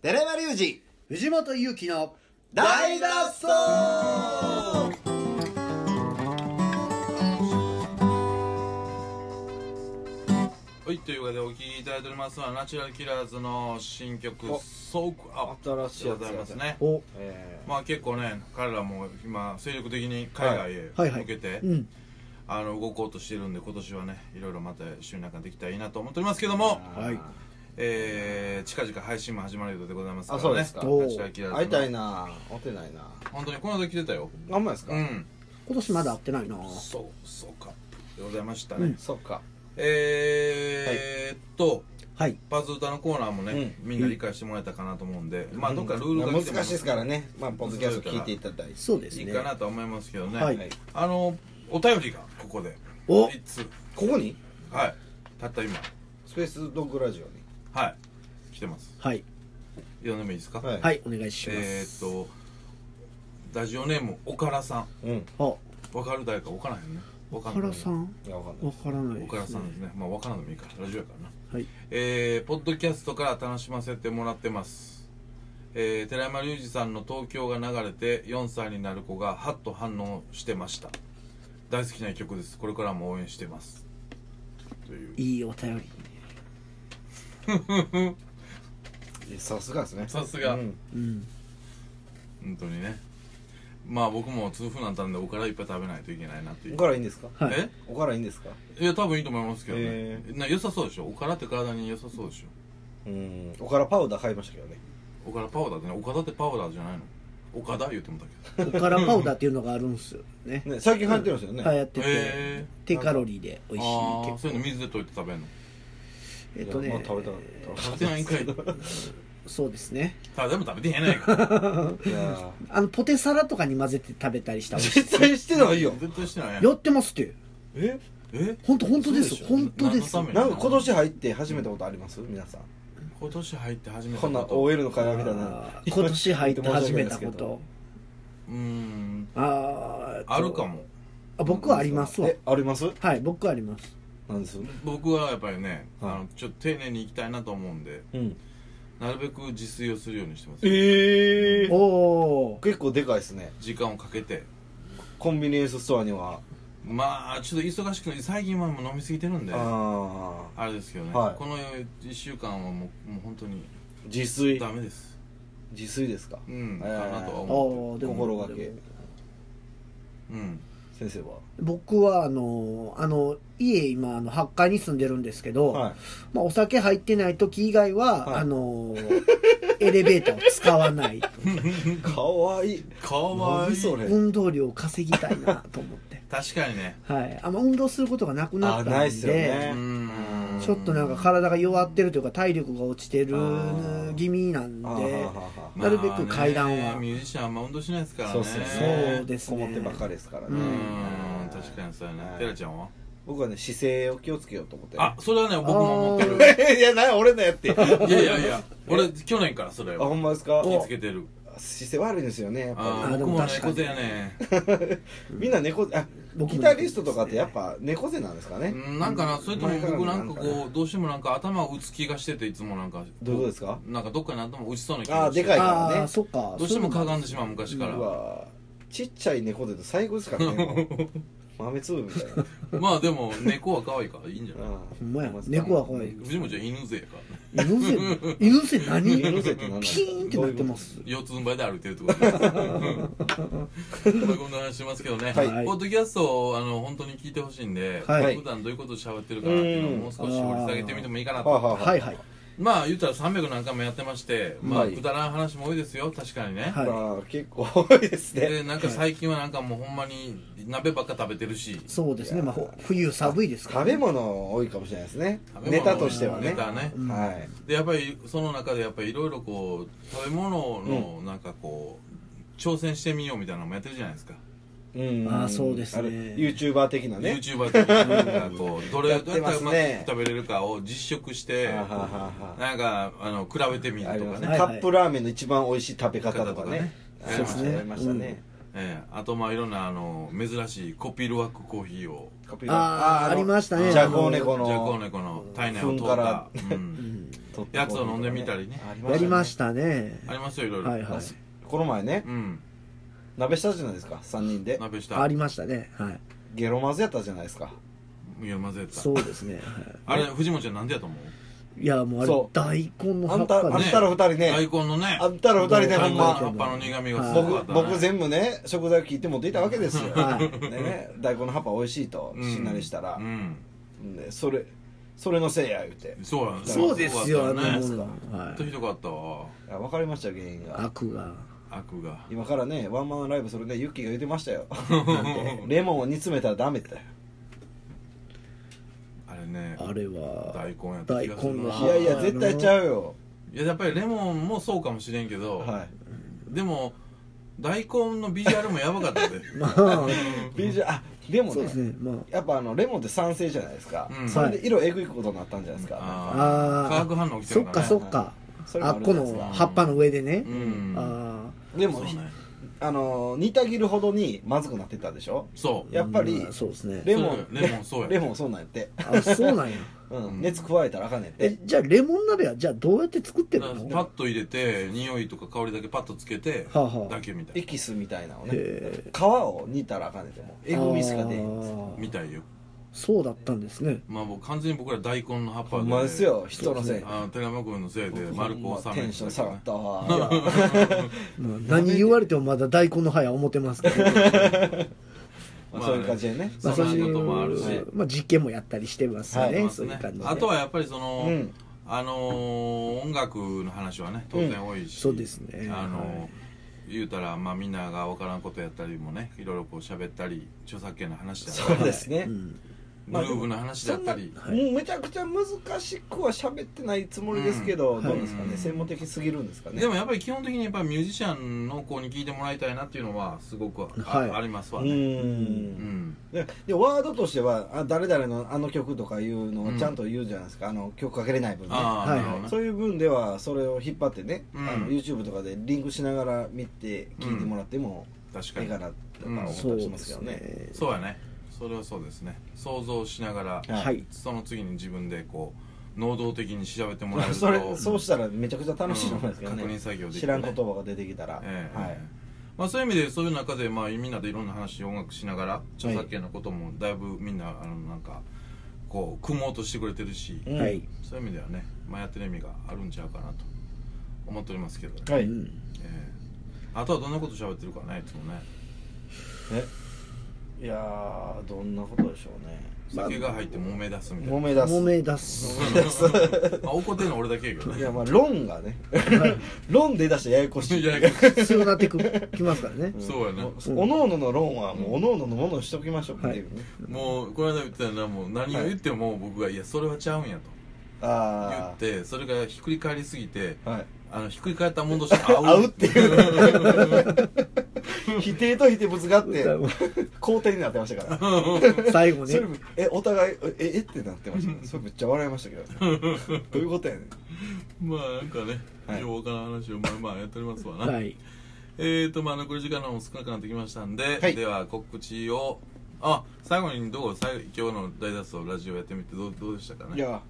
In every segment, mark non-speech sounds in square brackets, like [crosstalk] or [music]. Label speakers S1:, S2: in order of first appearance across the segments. S1: 寺山隆二
S2: 藤本勇樹の
S1: 大脱走
S3: はい、というわけでお聴きいただいておりますのはナチュラルキラーズの新曲「ソークアップ」
S4: 新しいやつ
S3: でございますね
S2: お
S4: え
S3: まあ結構ね彼らも今精力的に海外へ
S2: はいはい
S3: 向けて、
S2: うん
S3: あの動こうとしてるんで今年はねいろいろまた一緒になんかできたらいいなと思っておりますけども、
S2: はい
S3: えー、近々配信も始まるようでございますからね
S4: あそうですか
S3: ナチュラルキラー
S4: ー
S3: ズ
S4: 会いたいな会ってないな
S3: 本当にこの間来てたよ
S4: あんまですか
S3: うん
S2: 今年まだ会ってないな
S3: そうそうかでございましたね、
S4: そっか
S3: えー、っと、
S2: はい
S3: パズ歌のコーナーもね、みんな理解してもらえたかなと思うんで、まあどっかルールが
S4: 難
S3: 来
S4: してい
S3: も
S4: ですからねまあポッドキャスト聞いていただいて
S2: そうです
S3: いい
S2: ね
S3: かなとは思いますけどね、
S2: はい
S4: はい
S3: あのお便りがここで
S2: お
S3: 一通
S4: ここに
S3: はいたった今
S4: スペースドッグラジオに
S3: はい来てます
S2: はい
S3: 読んでもいいですか、
S4: はい
S2: はいお願いします
S3: えー、っとラジオネームおからさ
S4: うん
S2: あ
S3: んわかる誰かわからへんねわか
S2: 岡
S3: んな
S2: 田
S3: い
S2: さん
S4: いやわかんない
S2: わからない
S3: お
S2: です
S3: からさんですねまあわからんでもいいからラジオやからな
S2: はい
S3: えーポッドキャストから楽しませてもらってます、えー寺山隆二さんの東京が流れて4歳になる子がハッと反応してました大好きな曲ですこれからも応援してますという
S2: いいお便り
S4: さすがですね
S3: さすが
S4: うん
S2: うん
S3: 本当にねまあ僕も痛風なんたんでおからいっぱい食べないといけないなっていう
S4: おからいいんですか
S2: はい
S3: え
S4: おからいいんですか
S3: いや多分いいと思いますけどね、
S4: え
S3: な良さそうでしょおからって体に良さそうでし
S4: うんおからパウダー買いましたけどね
S3: ょおからパウダーってね岡田ってパウダーじゃないの岡田言ってもたけど
S2: おからパウダーっていうのがあるんですよね
S4: [laughs] ね最近流行ってるんですよね
S2: 流行ってて
S3: へ
S2: 低カロリーで美味しい
S3: ああ
S2: 結
S3: そういう
S2: 構
S3: の水で溶いて食
S4: [laughs]
S3: べんの
S2: えっと
S4: いや
S2: ね
S4: まあ食べた食
S3: 食べ
S4: べ
S3: てないんかい
S2: そうですね
S3: あでも食べてへんやないか
S4: たいやー
S2: あのポテサラとかに混ぜて食べたり [laughs] したら美味しい
S4: 絶対 [laughs] してないよ
S3: 絶対してないやん
S2: やってますって
S4: え
S3: え
S2: 本当本当です
S4: そうでしょ
S2: 本当です
S3: 何のために
S4: なんか今年入って初めてことあります皆さん
S3: 今年入って初めて
S4: こんな OL の会話みたいな
S2: あー今年入って始めたこと
S3: うーん
S2: あー
S3: あるかも
S2: あ僕はありますわ
S4: えあります
S2: はい僕はあります
S4: なんです
S3: 僕はやっぱりね、
S4: はい
S3: あのちょっと丁寧にいきたいなと思うんで
S4: うん
S3: なるべく自炊をするようにしてます
S4: え
S2: おおー
S4: 結構でかいですね
S3: 時間をかけて
S4: コンビニエンスストアには
S3: まあちょっと忙しくて最近はもう飲みすぎてるんであ
S4: ああ
S3: れですけどね、
S4: はい
S3: この1週間はもうもう本当に
S4: 自炊
S3: ダメです
S4: 自炊ですか
S3: うん、
S4: えー
S3: かなとは
S2: あ
S3: 思
S2: ー
S3: っ
S2: でも
S4: 心がけ
S2: でも
S3: てうん
S4: 先生は
S2: 僕はあのあの家今あの8階に住んでるんですけど、
S4: はい
S2: まあ、お酒入ってない時以外は、
S4: はい
S2: あのエレベーターを使わない
S4: [laughs]
S2: と
S4: かわいい
S3: かわい
S4: 何
S3: い
S4: それ
S2: 運動量を稼ぎたいなと思って
S3: 確かにね
S2: はいあんま運動することがなくなった
S4: あないっ
S2: ん
S4: す
S2: で、
S4: よね
S3: うーん
S2: ちょっとなんか体が弱ってるというか体力が落ちてる
S4: あー
S2: 気味なん
S4: あー
S2: で
S4: ははは
S2: なるべく階段
S3: まあ
S2: は
S3: ねミュージシャンあんま運動しないですからね
S4: そうっすよね
S2: そうですね
S4: こもってばっかりですから
S2: う
S4: ね
S3: うん確かにそうやね
S4: はい
S3: テラちゃんは
S4: 僕はね姿勢を気をつけようと思って
S3: あそれはね僕も思ってる
S4: [laughs] えいやな俺のやってあ
S3: いやいやいや俺去年からそれ
S4: ほ
S3: を
S4: んまですか
S3: 気つけてる
S4: 姿勢悪いんですよねやっぱ
S3: あ
S2: あ
S3: あ
S2: で
S3: 僕
S2: も
S3: も
S2: 確か
S3: 猫
S2: に
S3: 背やね
S4: りみんな猫背あ
S2: 僕も
S4: ギタリストとかってやっぱ猫背なんですかね
S3: うんなんかなそれとも僕なんか
S4: 前からなん
S3: こうどうしてもなんか頭を打つ気がしてていつもなんか
S4: どういうことですか
S3: なんかどっかに頭打ちそうな気がして
S4: あでか
S2: あ
S4: いから
S2: あ
S4: ね
S2: そっか
S3: どうしてもかがん
S2: で
S3: でしまう昔か
S4: う
S3: ら
S4: わちっちゃい猫背と最高ですから
S3: [laughs]
S4: ねもう豆粒みたいな
S3: まあでも猫は可愛いからいいんじゃない
S2: ほんまや猫は怖い
S3: 藤本ちゃん犬背やから
S2: 犬背 [laughs] 犬背何
S4: 犬背って何なん
S2: ピーンってなってます
S3: 四つん這いで歩いてるってことです。まあこんな話しますけどね。
S2: はい
S3: ポッドキャストをあの本当に聞いてほしいんで、
S2: はい
S3: 普段どういうことを喋ってるかなっていうのをもう少し掘り下げてみてもいいかな
S4: はあは
S3: と。
S4: あ
S2: はいはい
S3: まあ言ったら300何回もやってまして、まあ
S4: はい
S3: くだらん話も多いですよ、確かにね。
S2: はい
S4: まあ結構多いですね
S3: で、なんか最近はなんかもうほんまに鍋ばっか食べてるし、
S2: そうですね、まあ、ほ冬寒いですから
S4: 食
S2: ね、
S4: べ物多いかもしれないですね
S3: 食べ
S4: ネ
S3: 物
S4: タとしては
S3: ネ
S4: ね
S3: タね
S2: うん
S4: はい
S3: で、やっぱりその中でやっぱりいろいろこう、食べ物のなんかこう、挑戦してみようみたいなのもやってるじゃないですか。
S4: うん
S2: あーそうですね
S4: あれ YouTuber 的なね
S3: YouTuber とかなんかこうどれ
S4: やっ
S3: どう
S4: て
S3: やった
S4: ま
S3: らう
S4: す
S3: まく
S4: ね
S3: 食べれるかを実食して
S4: あはははは
S3: なんかあの比べてみる
S4: あり
S3: と
S4: ま
S3: か
S4: す
S3: ね
S4: ね
S2: はい
S4: カップラーメンの一番美味しい食べ方とかね
S3: 食べ方とかね
S4: ありました
S2: そうですね
S4: ねありましたね
S3: ええあとまあいろんなあの珍しいコピールワックコーヒーを
S4: カピ
S2: あーありましたね
S4: じゃこ猫
S3: じゃこ
S4: の [laughs]
S3: 猫の体内を通った、うん
S4: 取って
S3: やつを飲んでみたりね
S4: あ
S2: やりました
S4: ね
S2: たね
S3: ありますよいろいろ、
S2: はいは
S4: あ
S2: い
S4: そこの前ね
S3: うん
S4: 鍋したじゃないですか3人で
S3: 鍋した
S2: ありましたねはい
S4: ゲロ混ぜやったじゃないですか
S3: いや混ぜた
S2: そうですね、
S3: あ
S2: は
S3: れ藤本ちゃんなんでやと思う
S2: い、いやもうあ
S4: そ
S2: れ大
S4: う
S2: 根の葉
S4: あん
S2: ったぱで
S4: あん
S2: す
S4: たら2人ね
S3: 大根のね
S4: あんたら2人ね
S3: 大
S4: ほ
S3: 根
S4: ん
S3: の
S4: ま
S3: 葉っぱの苦みがすごくあっ
S4: 僕
S3: た、ね、
S4: 僕全部ね食材を聞いて持っていたわけですよ、
S2: はい
S4: でね、大根の葉っぱ美味しいと
S3: うん
S4: しんなりしたら
S3: う、ん
S4: でそれそれのせいや言うて
S3: そうや
S2: そうですよあ
S3: そう
S2: の
S3: だ
S2: も
S3: ったね
S2: の
S3: ほ
S2: は
S3: んとひ
S2: い
S3: どかったわ
S4: あ分かりました原因が
S2: 悪が
S3: 悪が
S4: 今からねワンマンライブそれでユッキーが言ってましたよなんてレモンを煮詰めたらダメって
S3: あれね
S2: あれは
S3: 大根やった気がする
S2: 大根の
S3: な
S2: あ
S4: い
S2: ー
S4: やいや絶対ちゃうよ
S3: いややっぱりレモンもそうかもしれんけど、
S4: は
S3: でも大根のビジュアルもやばかっ
S4: [laughs]
S3: たで
S2: まあ
S4: いビジュあでも
S2: そう
S4: ね
S2: ですねま
S4: やっぱあのレモンって酸性じゃないですか、
S3: うん
S4: それで色えぐいことになったんじゃないですか、
S3: あー
S2: あー
S3: 化学反応
S2: あ
S3: 起きて
S2: そ
S3: る
S2: っ
S3: か
S2: か
S3: らね
S2: そっか
S4: それも
S2: あ
S4: あ
S2: っ
S4: るじ
S2: こ
S4: ゃないです
S2: の
S4: か
S2: 葉っぱの上でね
S3: うん
S2: あ
S4: で
S3: そ
S4: も、
S3: うね
S4: あの煮たぎるほどにまずくなってたでしょ
S3: そう
S2: ー
S4: やっぱり
S2: うんそうですね
S4: レモン
S3: そうよレモンそうや
S4: レモンそうなんやって、
S2: あそうなんや
S4: うん
S3: うん
S4: 熱加えたらあかんねんっ
S2: え
S4: て
S2: じゃあレモン鍋はじゃあどうやって作って
S3: だ
S2: る
S3: から
S2: の
S3: パッと入れて匂いとか香りだけパッとつけて
S2: はあはあ
S3: だけみた
S4: エ
S3: い
S4: キスみたいなのね
S2: へ
S4: 皮を煮たらあかんねんてもうえぐみしか出へん
S2: あー
S3: みたいよ
S2: そうだったんですね
S3: まあもう完全に僕ら大根の葉っぱ
S4: ほんまですよ人のせい
S3: あー寺山君のせいで丸く収めてたけどね
S4: テンション下がっ
S2: [laughs]
S4: たわ
S2: まあ何言われてもまだ大根の葉や思ってますけど
S4: まあそういう感じでね
S3: まあ
S2: そうい
S3: そんなこと
S2: う
S3: もあるし
S2: まあ実験もやったりしてますよね、
S4: はい
S2: そういう感じで
S3: あとはやっぱりその、
S4: うん
S3: あのー音楽の話はね当然多いし、
S2: そうですね
S3: あのー
S2: はい
S3: 言うたら、まあ、みんなが分からんことやったりもねいろいろこう喋ったり著作権の話だった
S4: そう
S3: り
S4: ですね
S2: うん
S3: グルーブの話だったり、
S4: そんなもうめちゃくちゃ難しくは喋ってないつもりですけど、
S2: ん
S4: どうですかね、
S3: はい
S4: 専門的すぎるんですかね
S3: でもやっぱり基本的にやっぱりミュージシャンの子に聞いてもらいたいなっていうのはすごくあ,、
S2: はい
S3: あります
S4: う
S3: わ
S4: ー
S3: ねうんん
S4: ででワードとしてはあ誰々のあの曲とかいうのをちゃんと言うじゃないですか、あの曲かけれない分ね
S3: ああ、
S2: はい
S3: なるほどね
S4: そういう分ではそれを引っ張ってね、
S3: うん
S4: あの YouTube とかでリンクしながら見て聞いてもらっても
S3: 確か
S4: ええ
S3: に
S4: かなとか思った
S2: そう
S4: りしま
S2: です
S4: け
S2: す
S4: どね
S2: ね
S3: そうやねそれはそうですね想像しながら、
S4: はい
S2: はい
S3: その次に自分でこう能動的に調べてもらえると
S4: それそうしたらめちゃくちゃ楽しいと思うんですけどね、
S3: うん確認作業できてね
S4: 知らん言葉が出てきたら、
S3: ええ
S4: はい、
S3: まあ、そういう意味でそういう中で、まあ、みんなでいろんな話音楽しながら著作権のこともだいぶみんなあのなんかこう組もうとしてくれてるし、
S4: うん
S2: はい、
S3: そういう意味ではね、まあ、やってる意味があるんちゃうかなと思っておりますけど、ね
S4: は
S2: う
S4: い
S2: ん
S3: ええあとはどんなこと喋ってるかねいつもね
S4: えいやーどんなことでしょうね
S2: まあ
S3: 酒が入って揉め出すみたいな、ま
S4: 揉め出す
S2: 揉め出す
S4: 揉め出す
S3: あ、怒ってんの俺だけやけど
S4: い
S3: ね
S4: やまあ論がね [laughs] 論出だしてややこしい
S3: いやいや
S2: 必要になってく [laughs] きますからね
S3: そうやね
S2: うん
S4: おのおのの論はもうおのおののものにしておきましょうっていうね、
S3: もうこの間言ってたのはもう何を言っても僕が「いやそれはちゃうんや」と言
S4: あ
S3: ってそれがひっくり返りすぎて
S4: あはい
S3: あのひっくり返ったもん
S4: [laughs]
S3: として合う
S4: 合うっていう否定と否定ぶつかって肯定になって
S3: [laughs]
S4: ましたから
S2: 最後
S4: そ
S2: ね
S4: れえお互いええってなってましたけどそれめっちゃ笑いましたけど
S3: [laughs]
S4: どういうことやね
S3: [laughs]
S4: ん
S3: まあなんかね、
S4: はい
S3: ようわからん話をまあまあやっておりますわな、
S2: はい
S3: えーとまあ残り時間の方も少なくなってきましたんで、
S4: はい
S3: では告知をあ最後にどう最今日の大脱走ラジオやってみてどうどうでしたかね
S4: いや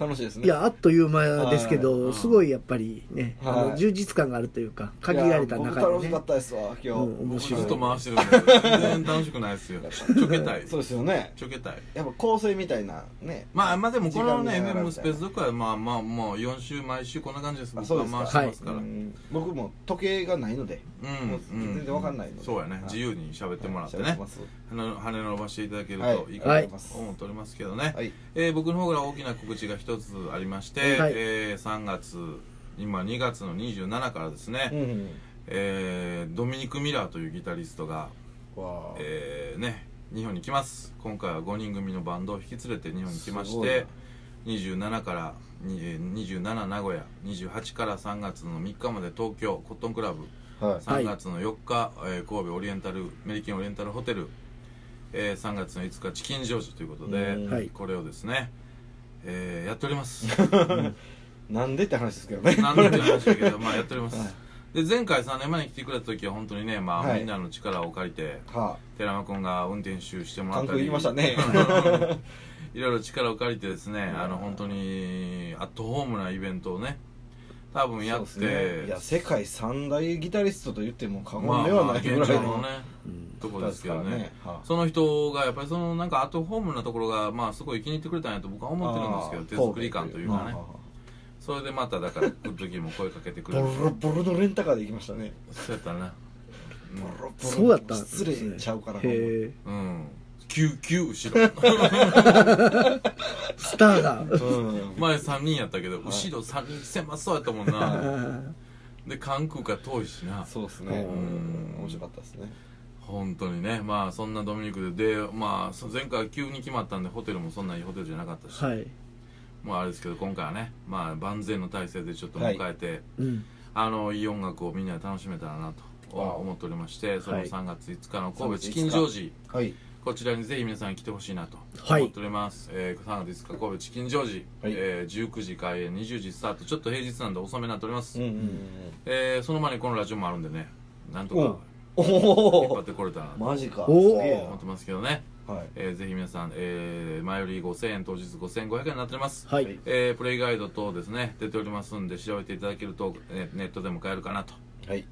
S4: 楽しいですね
S2: いやあっという間ですけ
S3: は
S2: ど
S3: い
S2: すごいやっぱりねあ
S4: は
S2: の
S4: い
S2: 充実感があるというか限られた
S4: いや
S2: 中
S4: 僕楽
S2: で
S4: しか
S2: ね
S4: ったですわ今日、
S2: うん面
S3: 僕ず
S2: 白い
S3: っと回してるんで全然楽しくないですよちょけたい
S4: [laughs] そうですよね
S3: ちょけたい
S4: やっぱ構成みたいなね
S3: まあまあでもこのね
S4: 時間が長
S3: FM
S4: い
S3: スペースとかはまあまあもう4週毎週こんな感じです
S4: あ
S3: 僕
S4: そう
S3: は
S4: ですか
S3: 回してますから、
S4: う
S3: うん
S4: ん僕も時計がないのでもう
S3: うん
S4: 全然わかんないので
S3: そうやね、
S4: はい
S3: 自由に喋ってもらってね、
S4: はい喋ます
S3: 羽の羽伸ばしていただける
S4: はい
S3: といいかなと思っておりますけどね、 [laughs]
S4: はい
S3: えー僕の方から大きな告知が一つありまして、
S2: はい
S3: えー3月今2月の27からですね、
S4: うん
S3: えードミニク・ミラーというギタリストが、
S4: わあ
S3: えーね日本に来ます今回は5人組のバンドを引き連れて日本に来ますし
S4: ごいな
S3: て27からにえー27名古屋28から3月の3日まで東京コットンクラブ
S4: はい
S2: は
S3: 3
S2: い
S3: 月の4日、えー神戸オリエンタルメリケンオリエンタルホテル、えー3月の5日チキンジョージということで、
S4: うん
S2: はい
S3: これをですね、えーやっております
S4: [laughs] なんでって話ですけどね
S3: 何度も言いましたけどまあやっております、
S4: はい
S3: で前回3年前に来てくれた時は本当にね、まあ
S4: はい
S3: みんなの力を借りて
S4: は
S3: 寺山君が運転手して
S4: あ、
S3: もらっ
S4: 韓
S3: たり
S4: 国行きましたね。
S3: [laughs] いろいろ力を借りてですねあの本当にアットホームなイベントをね多分やっ
S4: そうですね
S3: て
S4: いや、世界三大ギタリストと言っても過言
S3: まあ
S4: で
S3: ま
S4: は
S3: あ
S4: ない
S3: 現
S4: ぐらい
S3: 状
S4: の
S3: のね
S2: うん
S3: とこ
S4: 方
S3: で
S4: ですす
S3: け
S4: か
S3: ど
S4: ら
S3: ね
S4: ね。は
S3: その人がやっぱりそのなんかアットホームなところがまあすごい気に入ってくれたんやと僕は思ってるんですけど手作り感というかねそれでまただから来る時も声かけてく
S4: ボ
S3: れる
S4: ロボロのレンタカーで行きましたね。
S3: そうやったな
S4: ボロボロ
S2: そうだったんです
S4: 失
S2: ね
S4: 礼ちゃうから。
S2: へえ
S3: うんうん急急後ろ [laughs]
S2: スターが
S4: [laughs] うん
S3: 前3人やったけど後ろ3人狭そうやったもんなで関空から遠いしな
S4: そうですね。
S2: うん
S4: 面白かったですね。
S3: 本当にねまあそんなドミニクででまあそ前回急に決まったんでホテルもそんないいホテルじゃなかったし、
S2: はい、
S3: もうあれですけど今回はねまあ万全の体制でちょっと迎えて、
S2: うん、
S3: あのいい音楽をみんなで楽しめたらなと
S4: わあ
S3: 思っておりましてそれも3月5日の神戸
S4: はい
S3: チキンジョージ、
S4: はい。
S3: こちらにぜひ皆さん来てほしいなと
S2: はい
S3: 思っております、えー3月5日神戸チキンジョージ、
S4: はい
S3: えー19時開演20時スタートちょっと平日なんで遅めになっております、
S4: うんうん
S3: えーその前にこのラジオもあるんでねなんとか引っ
S4: うん。お
S3: 張
S4: お
S3: っ。てこれたらなと
S4: マジか。
S2: おー
S4: すげえ
S3: 思ってますけどね
S4: なはい。
S3: えーぜひ皆さん、えー前より5000円当日5500円になっております、
S2: はい、
S4: はい
S3: えープレイガイド等ですね出ておりますんで調べていただけると、えーネットでも買えるかなと
S4: はい。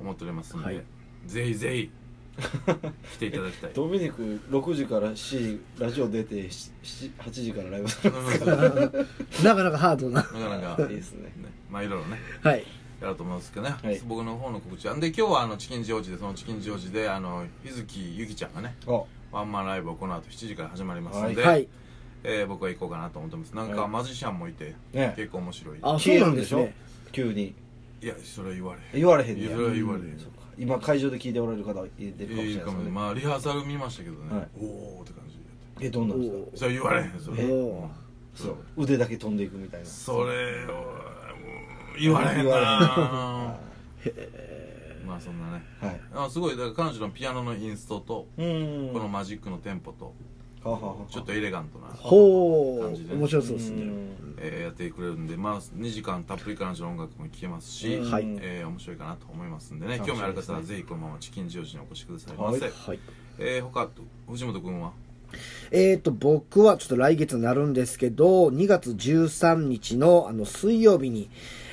S3: 思っておりますんで、
S2: はい
S3: ぜひぜ
S4: [laughs]
S3: ひ来ていただきたい
S4: ドミニク6時から7時ラジオ出て7 8時からライブす
S3: な
S4: る
S3: か
S2: [laughs] なかなかハードな
S4: [laughs]
S3: なか
S4: いいですね
S3: ねまあいろいろね
S2: はい
S3: やろうと思うんですけどね、
S4: はい
S3: 僕の方の告知なんで今日はあのチキンジョージでそのチキンジョージであの日月ゆきちゃんがね
S4: あ
S3: ワンマンライブをこの後7時から始まりますので、
S2: はい
S3: えー僕は行こうかなと思ってますなんか
S4: はい
S3: マジシャンもいて
S4: ね
S3: 結構面白い
S2: あそ
S4: 消
S2: う
S4: え
S2: な
S4: る
S2: ん
S4: ん
S2: で
S4: ですしょ
S2: ね
S4: 急に
S3: いやそれは言われへん
S4: 言われへんねや
S3: それは言われへん、
S4: そっか今会場で聞いておられる方いてるかもし
S3: いい
S4: れ
S3: か
S4: な
S3: もね
S4: いですね
S3: まあリハーサル見ましたけどね、
S4: はい
S3: おおって感じでやって
S4: えどんなんですか
S2: お
S3: それは言われへんそれ
S2: お
S3: うん
S2: お
S4: そう腕だけ飛んでいくみたいな
S3: それをうん言われへんな
S4: は
S3: まあそんなね
S4: いはい
S3: あすごいだから彼女のピアノのインストと、
S4: うん
S3: このマジックのテンポと
S4: ははは
S3: ちょっとエレガントな、
S2: ほ
S3: 感じで
S2: う面白そうですね
S4: うん
S3: えーやってくれるんでまあ2時間たっぷり彼女の音楽も聴けますし、
S2: うんはい
S3: えー面白いかなと思いますんでね
S4: 楽し
S3: 興
S4: み
S3: 味ある
S4: です
S3: 方
S4: ね
S3: はぜひこのままチキンジョージにお越しくださいませ、
S4: はい
S2: はい
S3: えー、他藤本君は
S2: えー、と僕はちょっと来月になるんですけど2月13日のあの水曜日に、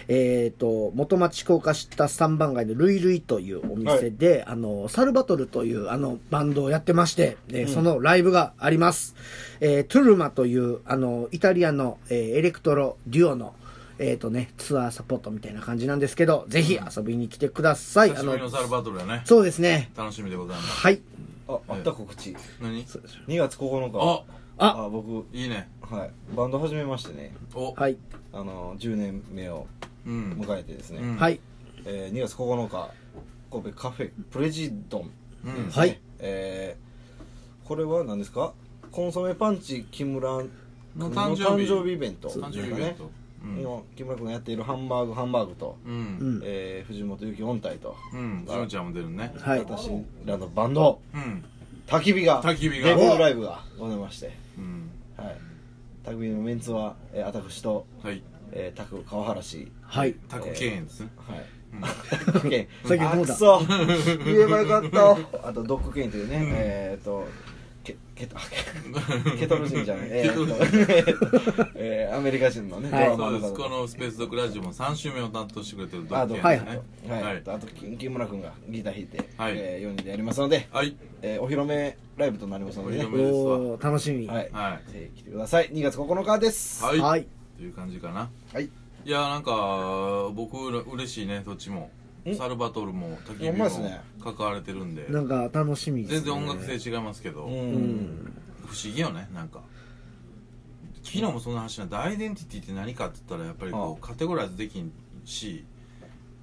S2: えー、と元町高架下3番街のルイルイというお店で、あのサルバトルというあのバンドをやってまして、えーそのライブがあります、えートゥルマというあのイタリアの、えーエレクトロデュオのえーとね、ツアーサポートみたいな感じなんですけど、ぜひ遊びに来てください。
S3: 久しぶりのサルバトルやね
S2: そうですね。
S3: 楽しみでございます
S2: はい。
S4: ああった告知
S3: 何
S4: 2月9
S3: あ
S4: 日
S2: あ
S4: 僕
S3: いいね
S4: はいバンド始めましてね
S3: お、
S2: はい。
S4: あの10年目を
S3: うん
S4: 迎えてですね、
S3: うん
S2: はい。
S4: えー2月9日神戸カフェプレジドン、
S3: うん
S2: はい
S4: えーこれは何ですかコンソメパンチ木村
S3: の
S4: の
S3: 誕
S4: 誕
S3: 生日
S4: 生日イベント
S3: 誕生日イベントうん
S4: の木村君がやっているハンバーグハンバーグと、
S3: うん
S2: うん。
S4: えー藤本由紀音体と、
S3: うん、ジョンちゃんも出るね。
S2: はい。
S4: 私らのバンド
S3: うん。
S4: 焚き火が
S3: 焚き火が
S4: デビューライブがございまして、
S3: うん。
S4: はい、焚き火のメンツは、えー、私と、
S3: はい。
S4: えー、タク川原氏
S2: はい。
S3: タクケーンですね。
S4: はい [laughs]
S3: うん
S4: ドッケン
S2: さっきどうだ
S4: あくそ言えばよかったあとドッグケンというね、えーっとケケト
S3: [laughs]
S4: ケトル人じゃないえーっと [laughs] えーアメリカ人のね、
S2: はい
S4: ドラ
S3: そう
S4: マの
S3: で
S4: 方
S3: す。このスペースドッグラジオも3週目を担当してくれてるド
S4: あ
S3: ッ
S4: ド
S3: グ
S4: ッ
S3: ケ
S4: グ
S2: はい
S3: ーンで
S4: ケン
S3: すね。
S4: はい、
S3: はい
S4: あと木木村君がギター弾いて、
S3: はい
S4: え4人でやりますので、
S3: はい。
S4: えーお披露目ライブとなりますので、
S3: お披露
S4: ね、
S2: おー、楽しみ。
S4: はい、
S3: は
S4: ぜひ来てください2月9日です、
S3: はいい。
S2: は
S3: はいい。っていう感じかな。
S4: はい、
S3: いや、なんか、僕、嬉しいね、どっちも。サルバトルも、焚き
S4: ほ
S3: 火
S4: んまですね
S3: も関われてるんで。
S2: なんか楽しみです、
S3: 全
S2: ね。
S3: 然音楽性違いますけど、
S4: う
S3: 不思
S4: ん、
S3: 議よね、なんか。昨日もそんな話なんで、アイデンティティって何かって言ったら、やっぱりこう、カテゴライズできんし、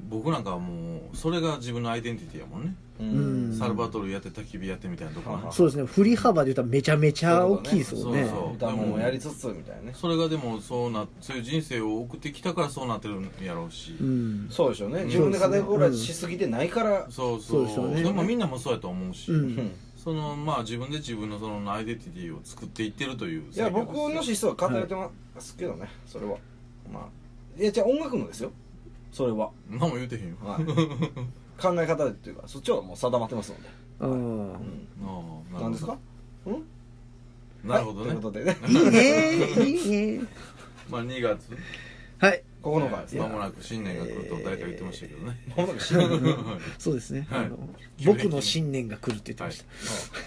S3: 僕なんかはもう、それが自分のアイデンティティやもんね。
S2: うん
S3: サルバトルやって焚き火やってみたいなところね
S4: はは
S2: そうですね。振り幅で言ったらめちゃめちゃ大きいですもんね。
S3: そうそう
S4: 歌もやりつつみたいなね、
S3: それがでもそうなそういう人生を送ってきたからそうなってるんやろうし、
S2: うん。
S4: そうでしょうね
S3: ん
S4: 自分でカテゴライズしすぎてないから、
S3: そうそう
S2: そう
S3: で
S2: ですよね
S3: もみんなもそうやと思うし、
S2: う
S4: うん
S2: ん
S3: そのまあ自分で自分のそのアイデンティティを作っていってるという
S4: いや
S3: 作業
S4: 僕の思想は偏ってますけどね、それはまあいやじゃあ音楽のですよそれは、
S3: [laughs] 何も言うてへんよ
S4: [laughs] はい、考え方でっていうかそっちはもう定まってますので
S2: うん
S3: ああ
S4: 何ですか
S3: なるほど
S4: はい
S3: ね
S4: ということでね
S2: いいねいいね
S3: まあ2月
S2: はい
S4: ここの回ですね
S3: まもなく新年が来ると誰か言ってましたけどね
S4: まもなく新年
S3: はい
S2: そうですね、
S3: はい
S2: あの僕の新年が来るって言ってました、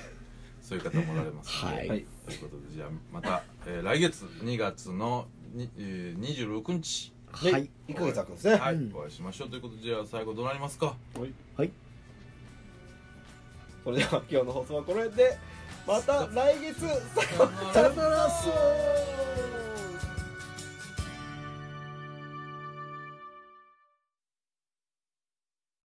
S3: [laughs] そういう方もおられます
S2: はい
S4: はい
S3: ということでじゃあまた、えー来月2月のに、えー、26日
S2: はい
S4: はい1ヶ月空くんですね
S3: はい、
S2: うん
S3: お会いしましょうということでじゃあ最後どうなりますか
S2: はい
S4: それでは今日の放送はこれでまた来月さようなら